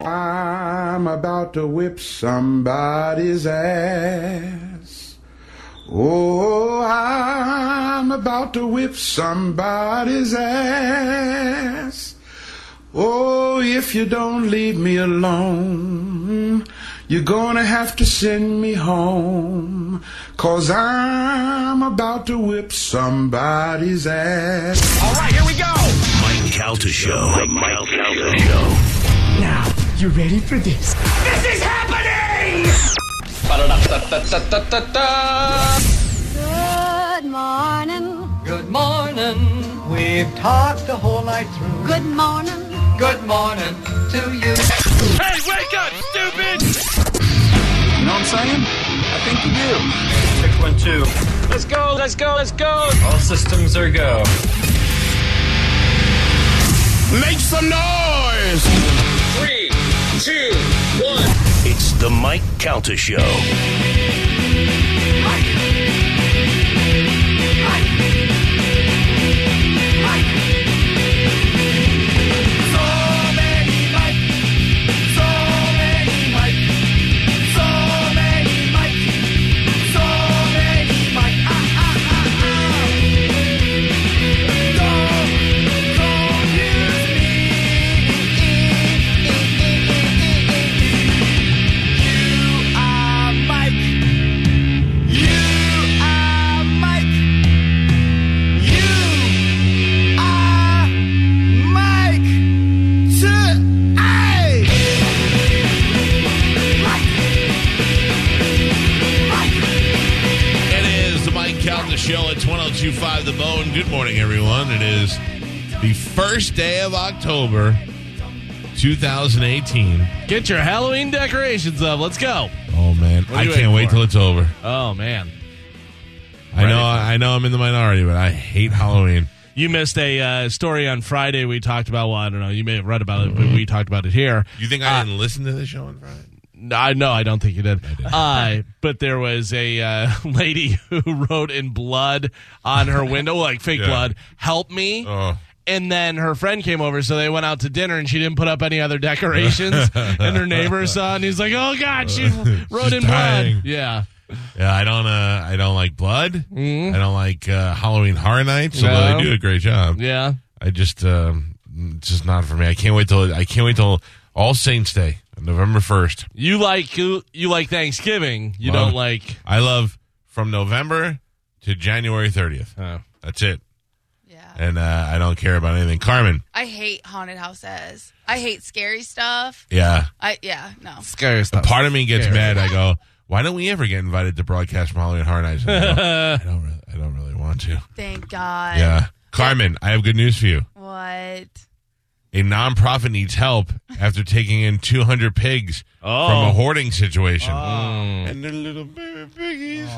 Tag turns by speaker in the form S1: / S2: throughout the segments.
S1: I'm about to whip somebody's ass. Oh, I'm about to whip somebody's ass. Oh, if you don't leave me alone, you're gonna have to send me home. Cause I'm about to whip somebody's ass.
S2: All right, here we go.
S3: Mike Calta Show. The Mike Calta
S4: Now, you ready for this?
S2: This is happening.
S5: Good morning.
S6: Good morning. We've talked the whole night through.
S5: Good morning.
S6: Good morning to you.
S2: Hey, wake up, stupid!
S7: You know what I'm saying? I think you do.
S8: Check one, two.
S2: Let's go, let's go, let's go.
S8: All systems are go.
S7: Make some noise!
S2: Three, two, one.
S3: It's the Mike Calta Show.
S9: It is the Mike Calta Show. It's 1025 The Bone. Good morning, everyone. It is the first day of October, 2018.
S8: Get your Halloween decorations up. Let's go.
S9: Oh, man.
S8: are
S9: I
S8: you waiting
S9: can't wait
S8: for?
S9: till it's over.
S8: Oh man,
S9: I know I know I'm in the minority, but I hate Halloween.
S8: you missed a uh, story on Friday. We talked about. Well, I don't know. You may have read about it, but we talked about it here.
S9: You think I didn't listen to the show on Friday?
S8: No, I no, I don't think you did. Uh, but there was a uh, lady who wrote in blood on her window, like fake
S9: Yeah.
S8: blood. Help me.
S9: Oh.
S8: And then her friend came over, so they went out to dinner, and she didn't put up any other decorations. and her neighbor saw, it, and he's like, "Oh God, she wrote in
S9: Uh, dying.
S8: blood." Yeah,
S9: Yeah, I don't. Uh, I don't like blood. I don't like uh, Halloween Horror Nights. Although
S8: Mm-hmm. No.
S9: they do a great job.
S8: yeah.
S9: I just, um, it's just not for me. I can't wait till I can't wait till All Saints Day, November first.
S8: You like you, you like Thanksgiving. You don't
S9: Love it.
S8: like.
S9: I love from November to January 30th.
S8: Oh.
S9: That's it.
S10: Yeah.
S9: And uh, I don't care about anything. Carmen.
S10: I hate haunted houses. I hate scary stuff.
S9: Yeah.
S10: I yeah, no.
S8: Scary
S9: A
S8: stuff.
S9: part of me gets
S8: Scary.
S9: mad. I go, why don't we ever get invited to broadcast from Halloween Horror Nights? And I, go, I don't really, I don't really want to.
S10: Thank God.
S9: Yeah. Carmen, I have good news for you.
S10: What?
S9: A nonprofit needs help after taking in 200 pigs
S8: oh.
S9: from a hoarding situation. Oh. Ah. And they're little baby piggies.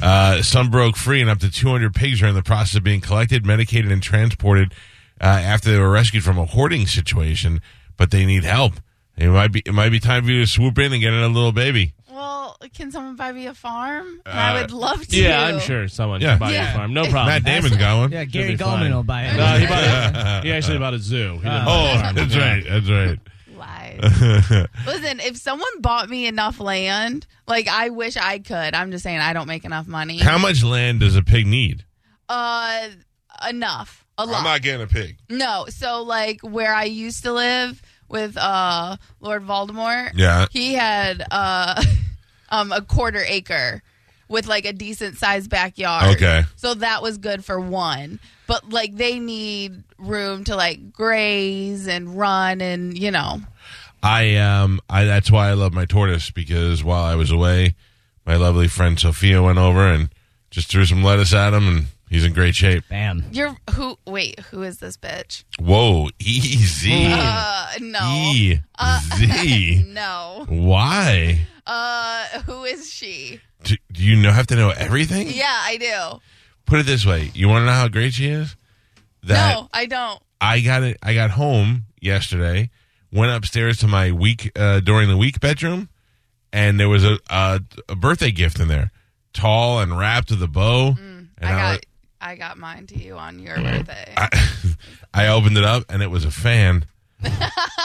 S9: Uh, some broke free, and up to 200 pigs are in the process of being collected, medicated, and transported uh, after they were rescued from a hoarding situation. But they need help. It might be it might be time for you to swoop in and get another little baby.
S10: Well, can someone buy me a farm?
S9: Uh,
S10: And I would love to.
S8: Yeah, I'm sure someone
S9: Yeah.
S8: can buy your
S10: Yeah.
S8: farm. No problem.
S9: Matt Damon's got one.
S4: Yeah,
S8: Should
S4: Gary
S8: be
S4: Goldman
S8: fine.
S4: will buy it.
S8: No, he bought. A, he actually bought a zoo. He didn't buy a
S9: Oh,
S8: farm.
S9: that's right. That's right.
S10: Lies. Listen, if someone bought me enough land, like I wish I could. I'm just saying I don't make enough money.
S9: How much land does a pig need?
S10: Uh, enough. A lot.
S9: I'm not getting a pig.
S10: No, so like where I used to live with uh Lord Voldemort,
S9: Yeah.
S10: he had uh um a quarter acre with like a decent sized backyard.
S9: Okay.
S10: So that was good for one. But like they need room to like graze and run and you know.
S9: I um I that's why I love my tortoise because while I was away, my lovely friend Sophia went over and just threw some lettuce at him and He's in great shape.
S11: Bam.
S10: You're who? Wait, who is this bitch?
S9: Whoa, easy.
S10: Uh, no.
S9: E.
S10: Uh,
S9: Z.
S10: no.
S9: Why?
S10: Uh, who is she?
S9: Do, do you know, have to know everything?
S10: Yeah, I do.
S9: Put it this way: you want to know how great she is? That
S10: no, I don't.
S9: I got it. I got home yesterday, went upstairs to my week uh, during the week bedroom, and there was a, a a birthday gift in there, tall and wrapped with a bow. and
S10: Mm,
S9: Mm-hmm.
S10: I got I got mine to you on your birthday.
S9: I, I opened it up and it was a fan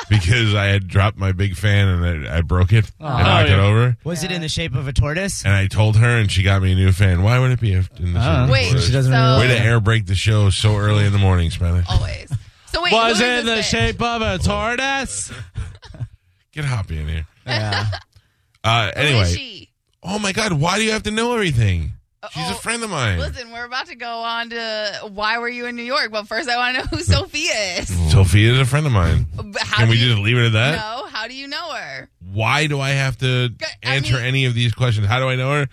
S9: because I had dropped my big fan and I, I broke it
S11: Aw.
S9: and knocked it over.
S11: Was it in the shape of a tortoise?
S9: And I told her, and she got me a new fan. Why would it be a, in the
S11: I don't
S9: shape
S11: know.
S9: of
S11: Wait,
S9: a tortoise?
S11: she doesn't really
S9: Way to
S11: like
S9: air break the show so early in the morning, Spencer.
S10: Always. So wait,
S8: Was
S10: who
S8: it
S10: is
S8: in the
S10: this bitch?
S8: shape of a tortoise?
S9: Get Hoppy in here.
S11: Yeah.
S9: Uh,
S10: Who is
S9: anyway,
S10: she?
S9: oh my God, why do you have to know everything? She's a
S10: Oh,
S9: friend of mine.
S10: Listen, we're about to go on to why were you in New York, but first I want to know who Sophia is.
S9: Sophia is a friend of mine.
S10: But How
S9: Can
S10: do
S9: we
S10: you
S9: just leave it at that?
S10: know? How do you know her?
S9: Why do I have to
S10: I
S9: answer
S10: mean-
S9: any of these questions? How do I know her?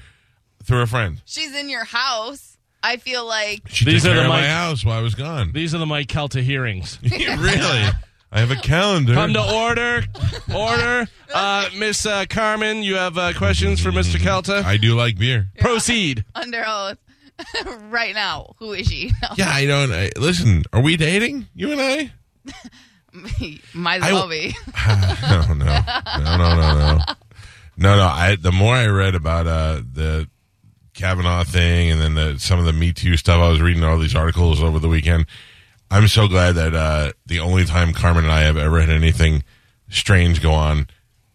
S9: Through a friend.
S10: She's in your house. I feel like
S9: She
S8: These
S9: took
S8: are
S9: care
S8: the
S9: of my
S8: mic-
S9: house while I was gone.
S8: These are the Mike Kelta hearings.
S9: really? I have a calendar.
S8: Come to order, order, uh, Miss uh, Carmen. You have uh, questions for Mr. Kelta.
S9: I do like beer.
S8: Proceed.
S10: under oath right now. Who is she? No.
S9: Yeah, I don't. I, listen, are we dating? You and I?
S10: Might
S9: I
S10: as
S9: w-
S10: well be.
S9: no, no, Oh, no, no, no, no, no, no. I the more I read about uh, the Kavanaugh thing, and then the, some of the Me Too stuff, I was reading all these articles over the weekend. I'm so glad that uh, the only time Carmen and I have ever had anything strange go on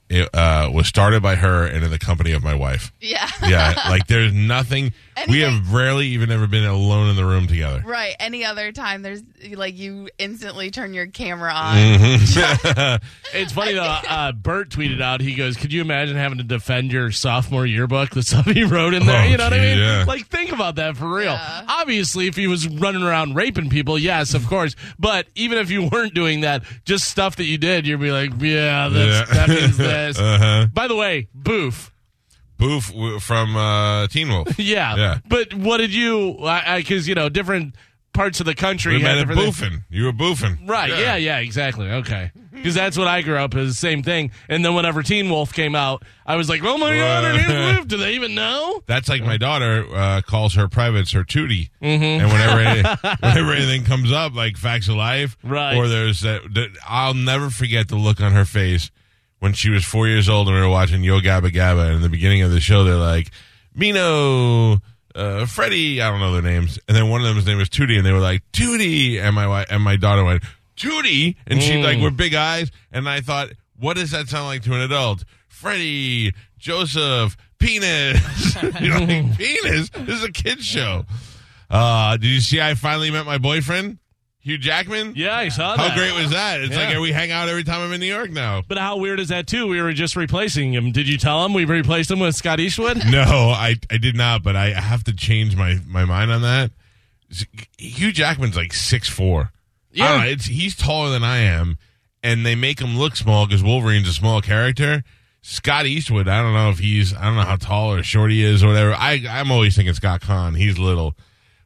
S9: it, uh, was started by her and in the company of my wife.
S10: Yeah.
S9: Yeah, like there's nothing. We have rarely even ever been alone in the room together.
S10: Right. Any other time, there's like you instantly turn your camera on.
S9: Mm. Mhm.
S8: It's funny though. Uh, Bert tweeted out. He goes, "Could you imagine having to defend your sophomore yearbook? The stuff he wrote in there.
S9: Oh,
S8: you know what I
S9: gee,
S8: mean?
S9: yeah.
S8: Like, think about that for real. Obviously, if he was running around raping people, yes, of course. But even if you weren't doing that, just stuff that you did, you'd be like, yeah, that's,
S9: Yeah.
S8: that means this.
S9: Uh-huh.
S8: By the way, boof.
S9: Boof w- from uh, Teen Wolf.
S8: Yeah.
S9: Yeah.
S8: But what did you? Because I, 'cause, you know, different parts of the country
S9: We
S8: had
S9: met at
S8: different things.
S9: boofing. You were boofing.
S8: Right. Yeah. yeah. Exactly. Okay. Because that's what I grew up as. Same thing. And then whenever Teen Wolf came out, I was like, oh my god,
S9: Right.
S8: it is Wolf. Do they even know?
S9: That's like my daughter uh, calls her privates her tootie.
S8: Mm-hmm.
S9: And whenever any- whenever anything comes up, like facts of life,
S8: Right.
S9: or there's that, that- I'll never forget the look on her face when she was four years old and we were watching Yo Gabba Gabba. And in the beginning of the show, they're like, Mino, uh, Freddie, I don't know their names. And then one of them's name was Tootie, and they were like, Tootie. And my, wife, and my daughter went, Tootie. And she, like, with big eyes. And I thought, what does that sound like to an adult? Freddie, Joseph, penis. you know, like, penis. This is a kid's show. Uh, did you see I finally met my boyfriend, Hugh Jackman?
S8: Yeah, I saw that.
S9: How great was that? It's
S8: Yeah.
S9: like we hang out every time I'm in New York now.
S8: But how weird is that too? We were just replacing him. Did you tell him we replaced him with Scott Eastwood?
S9: No, I, I did not, but I have to change my, my mind on that. Hugh Jackman's like six four.
S8: Yeah.
S9: Yeah, it's, he's taller than I am, and they make him look small because Wolverine's a small character. Scott Eastwood, I don't know if he's, I don't know how tall or short he is or whatever. I, I'm always thinking Scott Kahn. He's little,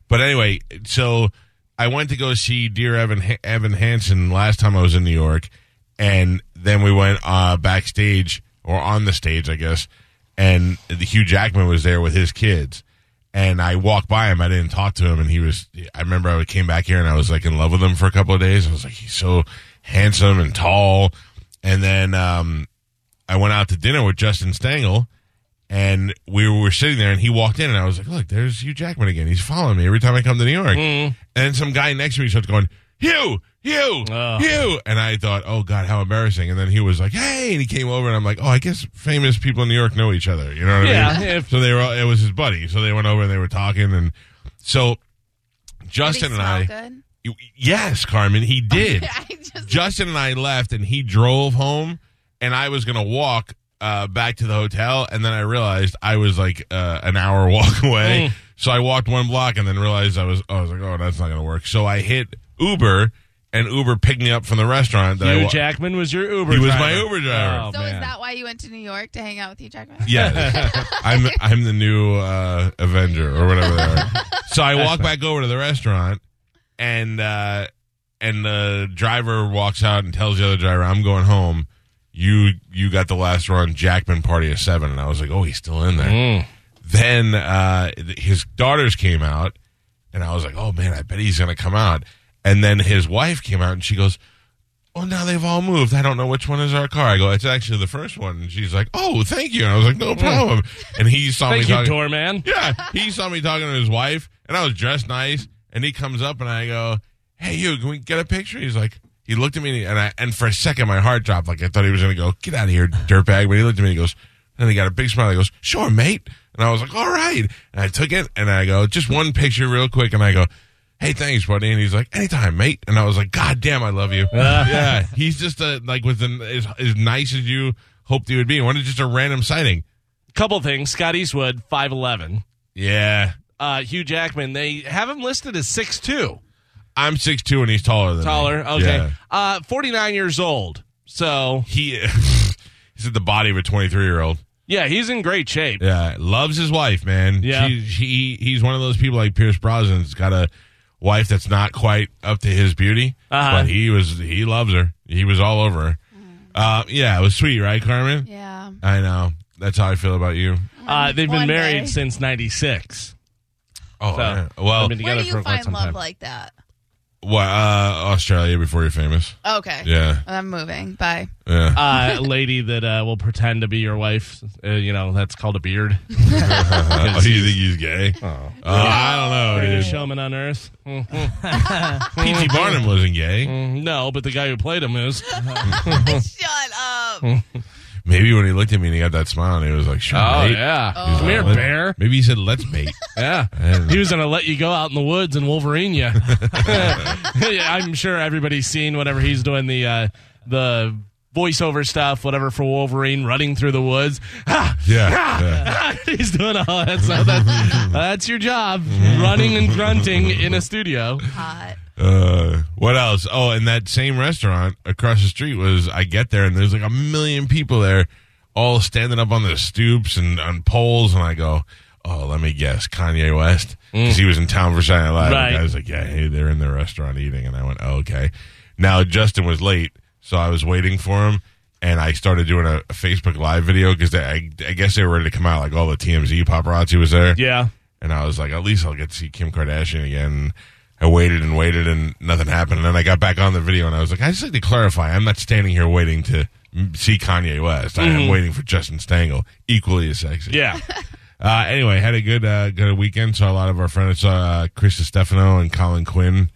S9: but anyway, so I went to go see Dear Evan Ha- Evan Hansen last time I was in New York, and then we went uh, backstage or on the stage, I guess, and the Hugh Jackman was there with his kids and I walked by him. I didn't talk to him, and he was. I remember I came back here and I was like in love with him for a couple of days. I was like, he's so handsome and tall. And then um, I went out to dinner with Justin Stangle, and we were sitting there, and he walked in, and I was like, look, there's Hugh Jackman again. He's following me every time I come to New York.
S8: Mm-hmm.
S9: And then some guy next to me starts going, Hugh. Hugh,
S8: Ugh.
S9: Hugh, and I thought, oh God, how embarrassing! And then he was like, "Hey," and he came over, and I'm like, "Oh, I guess famous people in New York know each other." You know what I mean?
S8: Yeah, if-
S9: so they were. It was his buddy. So they went over and they were talking, and so
S10: Did he
S9: Justin and
S10: smell
S9: I.
S10: Good?
S9: You- Yes, Carmen, he did.
S10: I just,
S9: Justin and I left, and he drove home, and I was gonna walk uh, back to the hotel, and then I realized I was like uh, an hour walk away.
S8: Mm.
S9: So I walked one block, and then realized I was. I was like, oh, that's not gonna work. So I hit Uber, and Uber picked me up from the restaurant. That I
S8: Hugh
S9: wa-
S8: Jackman was your Uber.
S9: He was
S8: driver.
S9: my Uber driver.
S8: Oh,
S10: so
S8: man.
S10: is that why you went to New York to hang out with Hugh Jackman?
S9: Yes. I'm I'm the new uh, Avenger or whatever they are. So I walk back over to the restaurant, and uh, and the driver walks out and tells the other driver, "I'm going home. You you got the last run, Jackman party of seven. And I was like, "Oh, he's still in there." Then uh, th- his daughters came out, and I was like, "Oh man, I bet he's gonna come out." And then his wife came out, and she goes. Oh, now they've all moved. I don't know which one is our car. I go, it's actually the first one. And she's like, oh, thank you. And I was like, no problem. And he
S8: Mm.
S9: saw
S8: Thank
S9: me
S8: you,
S9: talking.
S8: doorman.
S9: Yeah, he saw me talking to his wife, and I was dressed nice. And he comes up, and I go, "Hey, you, can we get a picture?" He's like, he looked at me, and I, and for a second, my heart dropped. Like I thought he was gonna go, "Get out of here, dirtbag!" But he looked at me, and he goes, and he got a big smile. He goes, "Sure, mate." And I was like, "All right." And I took it, and I go, "Just one picture, real quick." And I go. Hey, thanks, buddy. And he's like, anytime, mate. And I was like, God damn, I love you. yeah, he's just uh like was an, as, as nice as you hoped he would be. When it's just a random sighting.
S8: Couple things. Scott Eastwood, 5'11.
S9: Yeah,
S8: Uh, Hugh Jackman, they have him listed as 6'2.
S9: I'm six two and he's taller than
S8: Taller.
S9: Me.
S8: Okay.
S9: Yeah.
S8: Uh, 49 years old. So,
S9: He he's at the body of a 23 year old.
S8: yeah, he's in great shape.
S9: Yeah, loves his wife, man.
S8: Yeah.
S9: She- he he's one of those people like Pierce Brosnan's got a wife that's not quite up to his beauty,
S8: Uh-huh.
S9: but he was he loves her. He was all over her. Uh, yeah, it was sweet, right, Carmen?
S10: Yeah.
S9: I know. That's how I feel about you.
S8: Uh, they've
S10: One
S8: been married
S10: day.
S8: since 96.
S9: Oh,
S8: So,
S9: yeah. well,
S8: they've been
S10: Where
S8: together
S10: do
S8: for
S10: you
S8: quite
S10: find
S8: some
S10: love
S8: time.
S10: like that?
S9: wha- uh, Australia before you're famous.
S10: Okay.
S9: Yeah.
S10: I'm moving. Bye.
S9: Yeah.
S8: uh, a lady that uh, will pretend to be your wife. Uh, you know, that's called a beard.
S9: oh, you think he's gay? Oh, I don't know,
S8: Greatest
S9: dude.
S8: showman on earth. Mhm.
S9: P.T. Barnum wasn't gay.
S8: Mm, no, but the guy who played him is.
S10: Shut up.
S9: Maybe when he looked at me and he got that smile and he was like, sure,
S8: Oh,
S9: mate."
S8: yeah.
S9: He's
S8: Come
S9: like,
S8: here,
S9: "Let-
S8: bear.
S9: Maybe he said, let's mate. uh,
S8: Yeah.
S9: I don't know.
S8: He was going to let you go out in the woods and Wolverine you. Yeah, I'm sure everybody's seen whatever he's doing the uh, the voiceover stuff, whatever for Wolverine running through the woods. Ah,
S9: Yeah,
S8: ah,
S9: yeah.
S8: ah, he's doing all that stuff. That's, that's your job, running and grunting in a studio.
S10: Hot.
S9: Uh, what else? Oh, and that same restaurant across the street was, I get there and there's like a million people there all standing up on the stoops and on poles. And I go, oh, let me guess, Kanye West? Because he was in town for Saturday Night Live.
S8: Right.
S9: And I was like, yeah, hey, they're in the restaurant eating. And I went, oh, okay. Now, Justin was late, so I was waiting for him. And I started doing a, a Facebook Live video because I, I guess they were ready to come out. Like all the TMZ paparazzi was there.
S8: Yeah.
S9: And I was like, at least I'll get to see Kim Kardashian again. I waited and waited and nothing happened. And then I got back on the video and I was like, I just like to clarify, I'm not standing here waiting to mm, see Kanye West. I am waiting for Justin Stangle, equally as sexy.
S8: Yeah.
S9: Uh, anyway, had a good uh, good weekend. Saw a lot of our friends. Saw uh, Chris Stefano and Colin Quinn.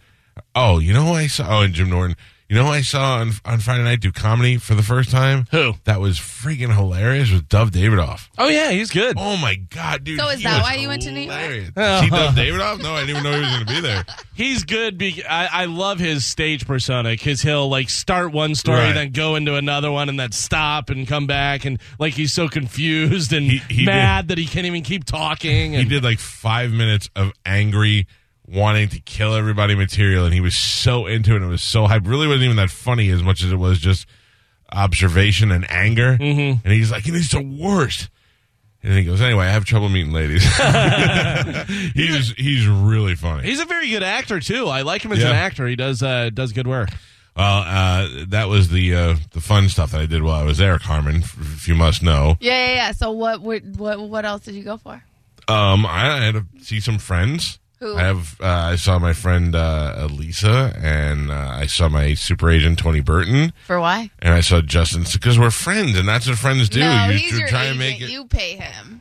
S9: Oh, you know who I saw? Oh, and Jim Norton. You know who I saw on, on Friday night do comedy for the first time?
S8: Who?
S9: That was freaking hilarious with Dove Davidoff.
S8: Oh, yeah, he's good.
S9: Oh my god, dude!
S10: So is
S9: he
S10: that
S9: was
S10: why you went to New York?
S9: hilarious. See Dove Davidoff? No, I didn't even know he was going to be there.
S8: He's good. Be- I, I love his stage persona because he'll like start one story,
S9: Right.
S8: then go into another one, and then stop and come back, and like he's so confused and
S9: He- he
S8: mad that he can't even keep talking.
S9: He
S8: And
S9: did like five minutes of angry, wanting to kill everybody material, and he was so into it. and It was so hype. Really wasn't even that funny as much as it was just observation and anger. Mm-hmm. And he's like, "It's the worst." And then he goes, "Anyway, I have trouble meeting ladies." he's he's really funny.
S8: he's a very good actor too. I like him as an
S9: Yeah.
S8: actor. He does uh, does good work.
S9: Well, uh, that was the uh, the fun stuff that I did while I was there, Carmen. f- If you must know.
S10: Yeah, yeah, yeah. So what would what what else did you go for?
S9: Um, I had to see some friends.
S10: Who?
S9: I have. Uh, I saw my friend uh, Elisa, and uh, I saw my super agent Tony Burton,
S10: For why?
S9: and I saw Justin because we're friends, and that's what friends do.
S10: no,
S9: you
S10: he's
S9: tr-
S10: your
S9: try
S10: agent.
S9: and make it.
S10: You pay him.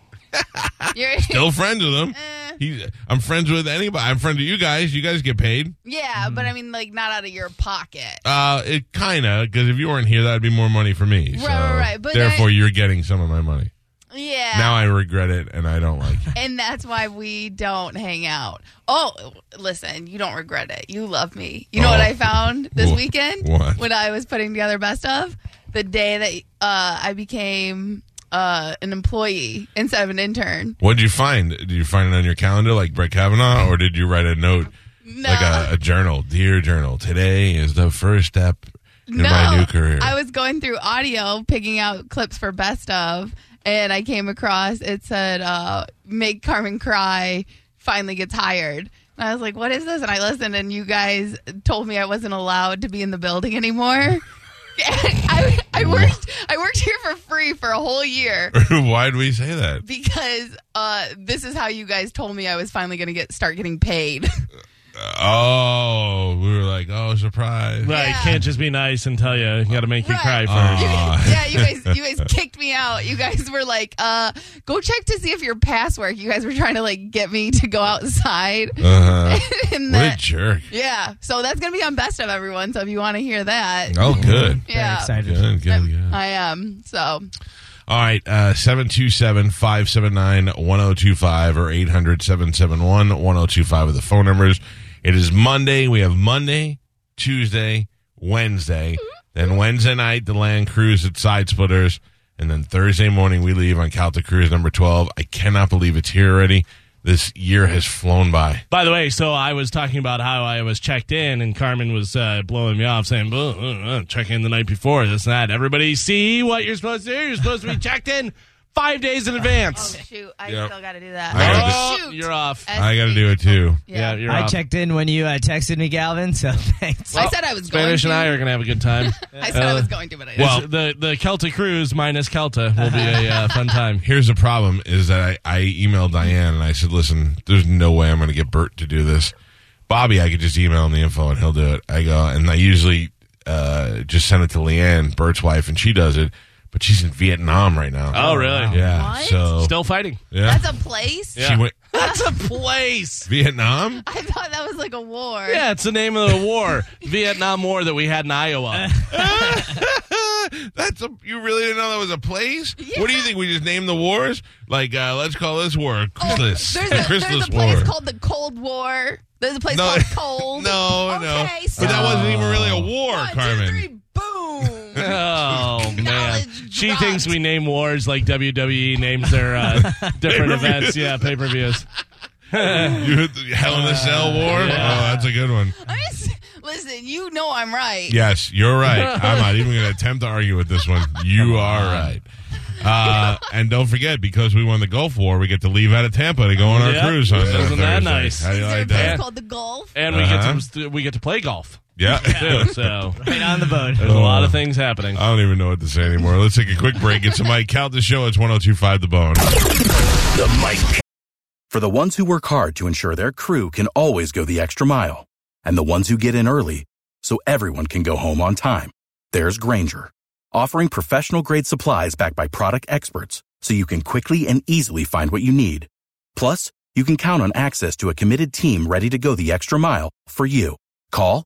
S10: You're,
S9: Still friends with him. He, I'm friends with anybody. I'm friends with you guys. You guys get paid.
S10: yeah, but
S9: Mm.
S10: I mean, like, not out of your pocket.
S9: Uh, it kind of because if you weren't here, that'd be more money for me.
S10: Right,
S9: So,
S10: right, right, but
S9: therefore,
S10: I-
S9: you're getting some of my money.
S10: Yeah.
S9: Now I regret it, and I don't like it.
S10: and that's why we don't hang out. Oh, listen, you don't regret it. You love me. You know
S9: Oh.
S10: what I found this
S9: Wha-
S10: weekend
S9: what?
S10: when I was putting together best of the day that uh, I became uh, an employee instead of an intern.
S9: What did you find? Did you find it on your calendar like Brett Kavanaugh, or did you write a note
S10: No.
S9: like a, a journal, dear journal? Today is the first step in
S10: no,
S9: my new career.
S10: I was going through audio, picking out clips for best of, and I came across it said uh, "Make Carmen cry." finally gets hired. And I was like, what is this? And I listened, and you guys told me I wasn't allowed to be in the building anymore. I, I worked I worked here for free for a whole year
S9: Why'd we say that?
S10: because uh, this is how you guys told me I was finally going to get start getting paid.
S9: Oh, we were like, oh, surprise.
S8: Right, can't just be nice and tell you. You got to make you cry
S9: Oh.
S8: first.
S9: Aw.
S10: yeah, you guys you guys kicked me out. You guys were like, uh, go check to see if your pass work. You guys were trying to like get me to go outside.
S9: Uh-huh.
S10: And
S9: What a
S10: that-
S9: jerk.
S10: Yeah. So that's gonna be on best of everyone. So if you want to hear that,
S9: Oh, good.
S10: Yeah.
S9: excited. Good, good, good.
S10: I am. So
S9: All right, uh, 727-579-1025 or 800-771-1025 are the phone numbers. It is Monday. We have Monday, Tuesday, Wednesday. Then Wednesday night, the land cruise at Side Splitters. And then Thursday morning, we leave on Calta Cruise number 12. I cannot believe it's here already. This year has flown by.
S8: By the way, so I was talking about how I was checked in, and Carmen was uh, blowing me off, saying, "Blah, uh, uh, "Check in the night before this and that." Everybody, see what you're supposed to do. You're supposed to be checked in five days in advance.
S10: Oh, shoot, I
S9: Yep.
S10: still got to do that.
S9: I gotta
S8: Oh,
S10: shoot, Uh,
S8: you're off.
S9: I got to do it too.
S10: Yeah.
S8: you're
S11: I
S8: off.
S11: checked in when you uh, texted me, Galvin. So thanks.
S10: I said I was going.
S8: Spanish
S10: to.
S8: and I are going to have a good time.
S10: I said
S9: Uh,
S10: I was going to, but I didn't.
S8: Well, the the Celta cruise minus Celta will be a uh, fun time.
S9: Here's the problem is that I, I emailed Diane and I said, listen, there's no way I'm going to get Bert to do this. Bobby, I could just email him the info and he'll do it. I go, and I usually uh, just send it to Leanne, Bert's wife, and she does it, but she's in Vietnam right now.
S8: Oh, really?
S9: Yeah.
S10: What?
S9: So,
S8: Still fighting.
S9: yeah.
S10: That's a place.
S9: She went,
S8: That's a place.
S9: Vietnam?
S10: I thought that was like a war.
S8: Yeah, it's the name of the war, Vietnam War that we had in Iowa.
S9: That's a, you really didn't know that was a place? What do you think? We just named the wars? Like, uh, let's call this war Christmas.
S10: Oh, There's a, there's
S9: Christmas
S10: a place
S9: war.
S10: called the Cold War. There's a place
S9: No.
S10: called Cold.
S9: no, no.
S10: Okay, so
S9: But that wasn't even really a war,
S10: one, two,
S9: Carmen.
S10: three, boom.
S8: Oh man,
S10: Knowledge
S8: she
S10: dropped.
S8: thinks we name wars like WWE names their uh, different events. Yeah, pay per views.
S9: You hit the Hell in a Cell
S8: Uh,
S9: war? Oh, that's a good one.
S10: I'm just- Listen, you know I'm right.
S9: Yes, you're right. I'm not even going to attempt to argue with this one. You are right. Uh, and don't forget, because we won the Gulf War, we get to leave out of Tampa to go on our
S8: Yep.
S9: cruise on uh,
S8: Isn't that
S9: Thursday.
S8: nice?
S9: How do you
S10: Is there a
S9: like
S10: place
S9: that?
S10: called the Gulf?
S8: And
S9: Uh-huh.
S8: we get to we get to play golf
S9: Yeah.
S8: too. So
S11: Right on the boat.
S8: there's a lot of things happening.
S9: I don't even know what to say anymore. Let's take a quick break. Get some Mike Count the show. It's 1025 The Bone.
S3: The Mike
S12: For the ones who work hard to ensure their crew can always go the extra mile, and the ones who get in early so everyone can go home on time, there's Granger, offering professional grade supplies backed by product experts so you can quickly and easily find what you need. Plus, you can count on access to a committed team ready to go the extra mile for you. Call,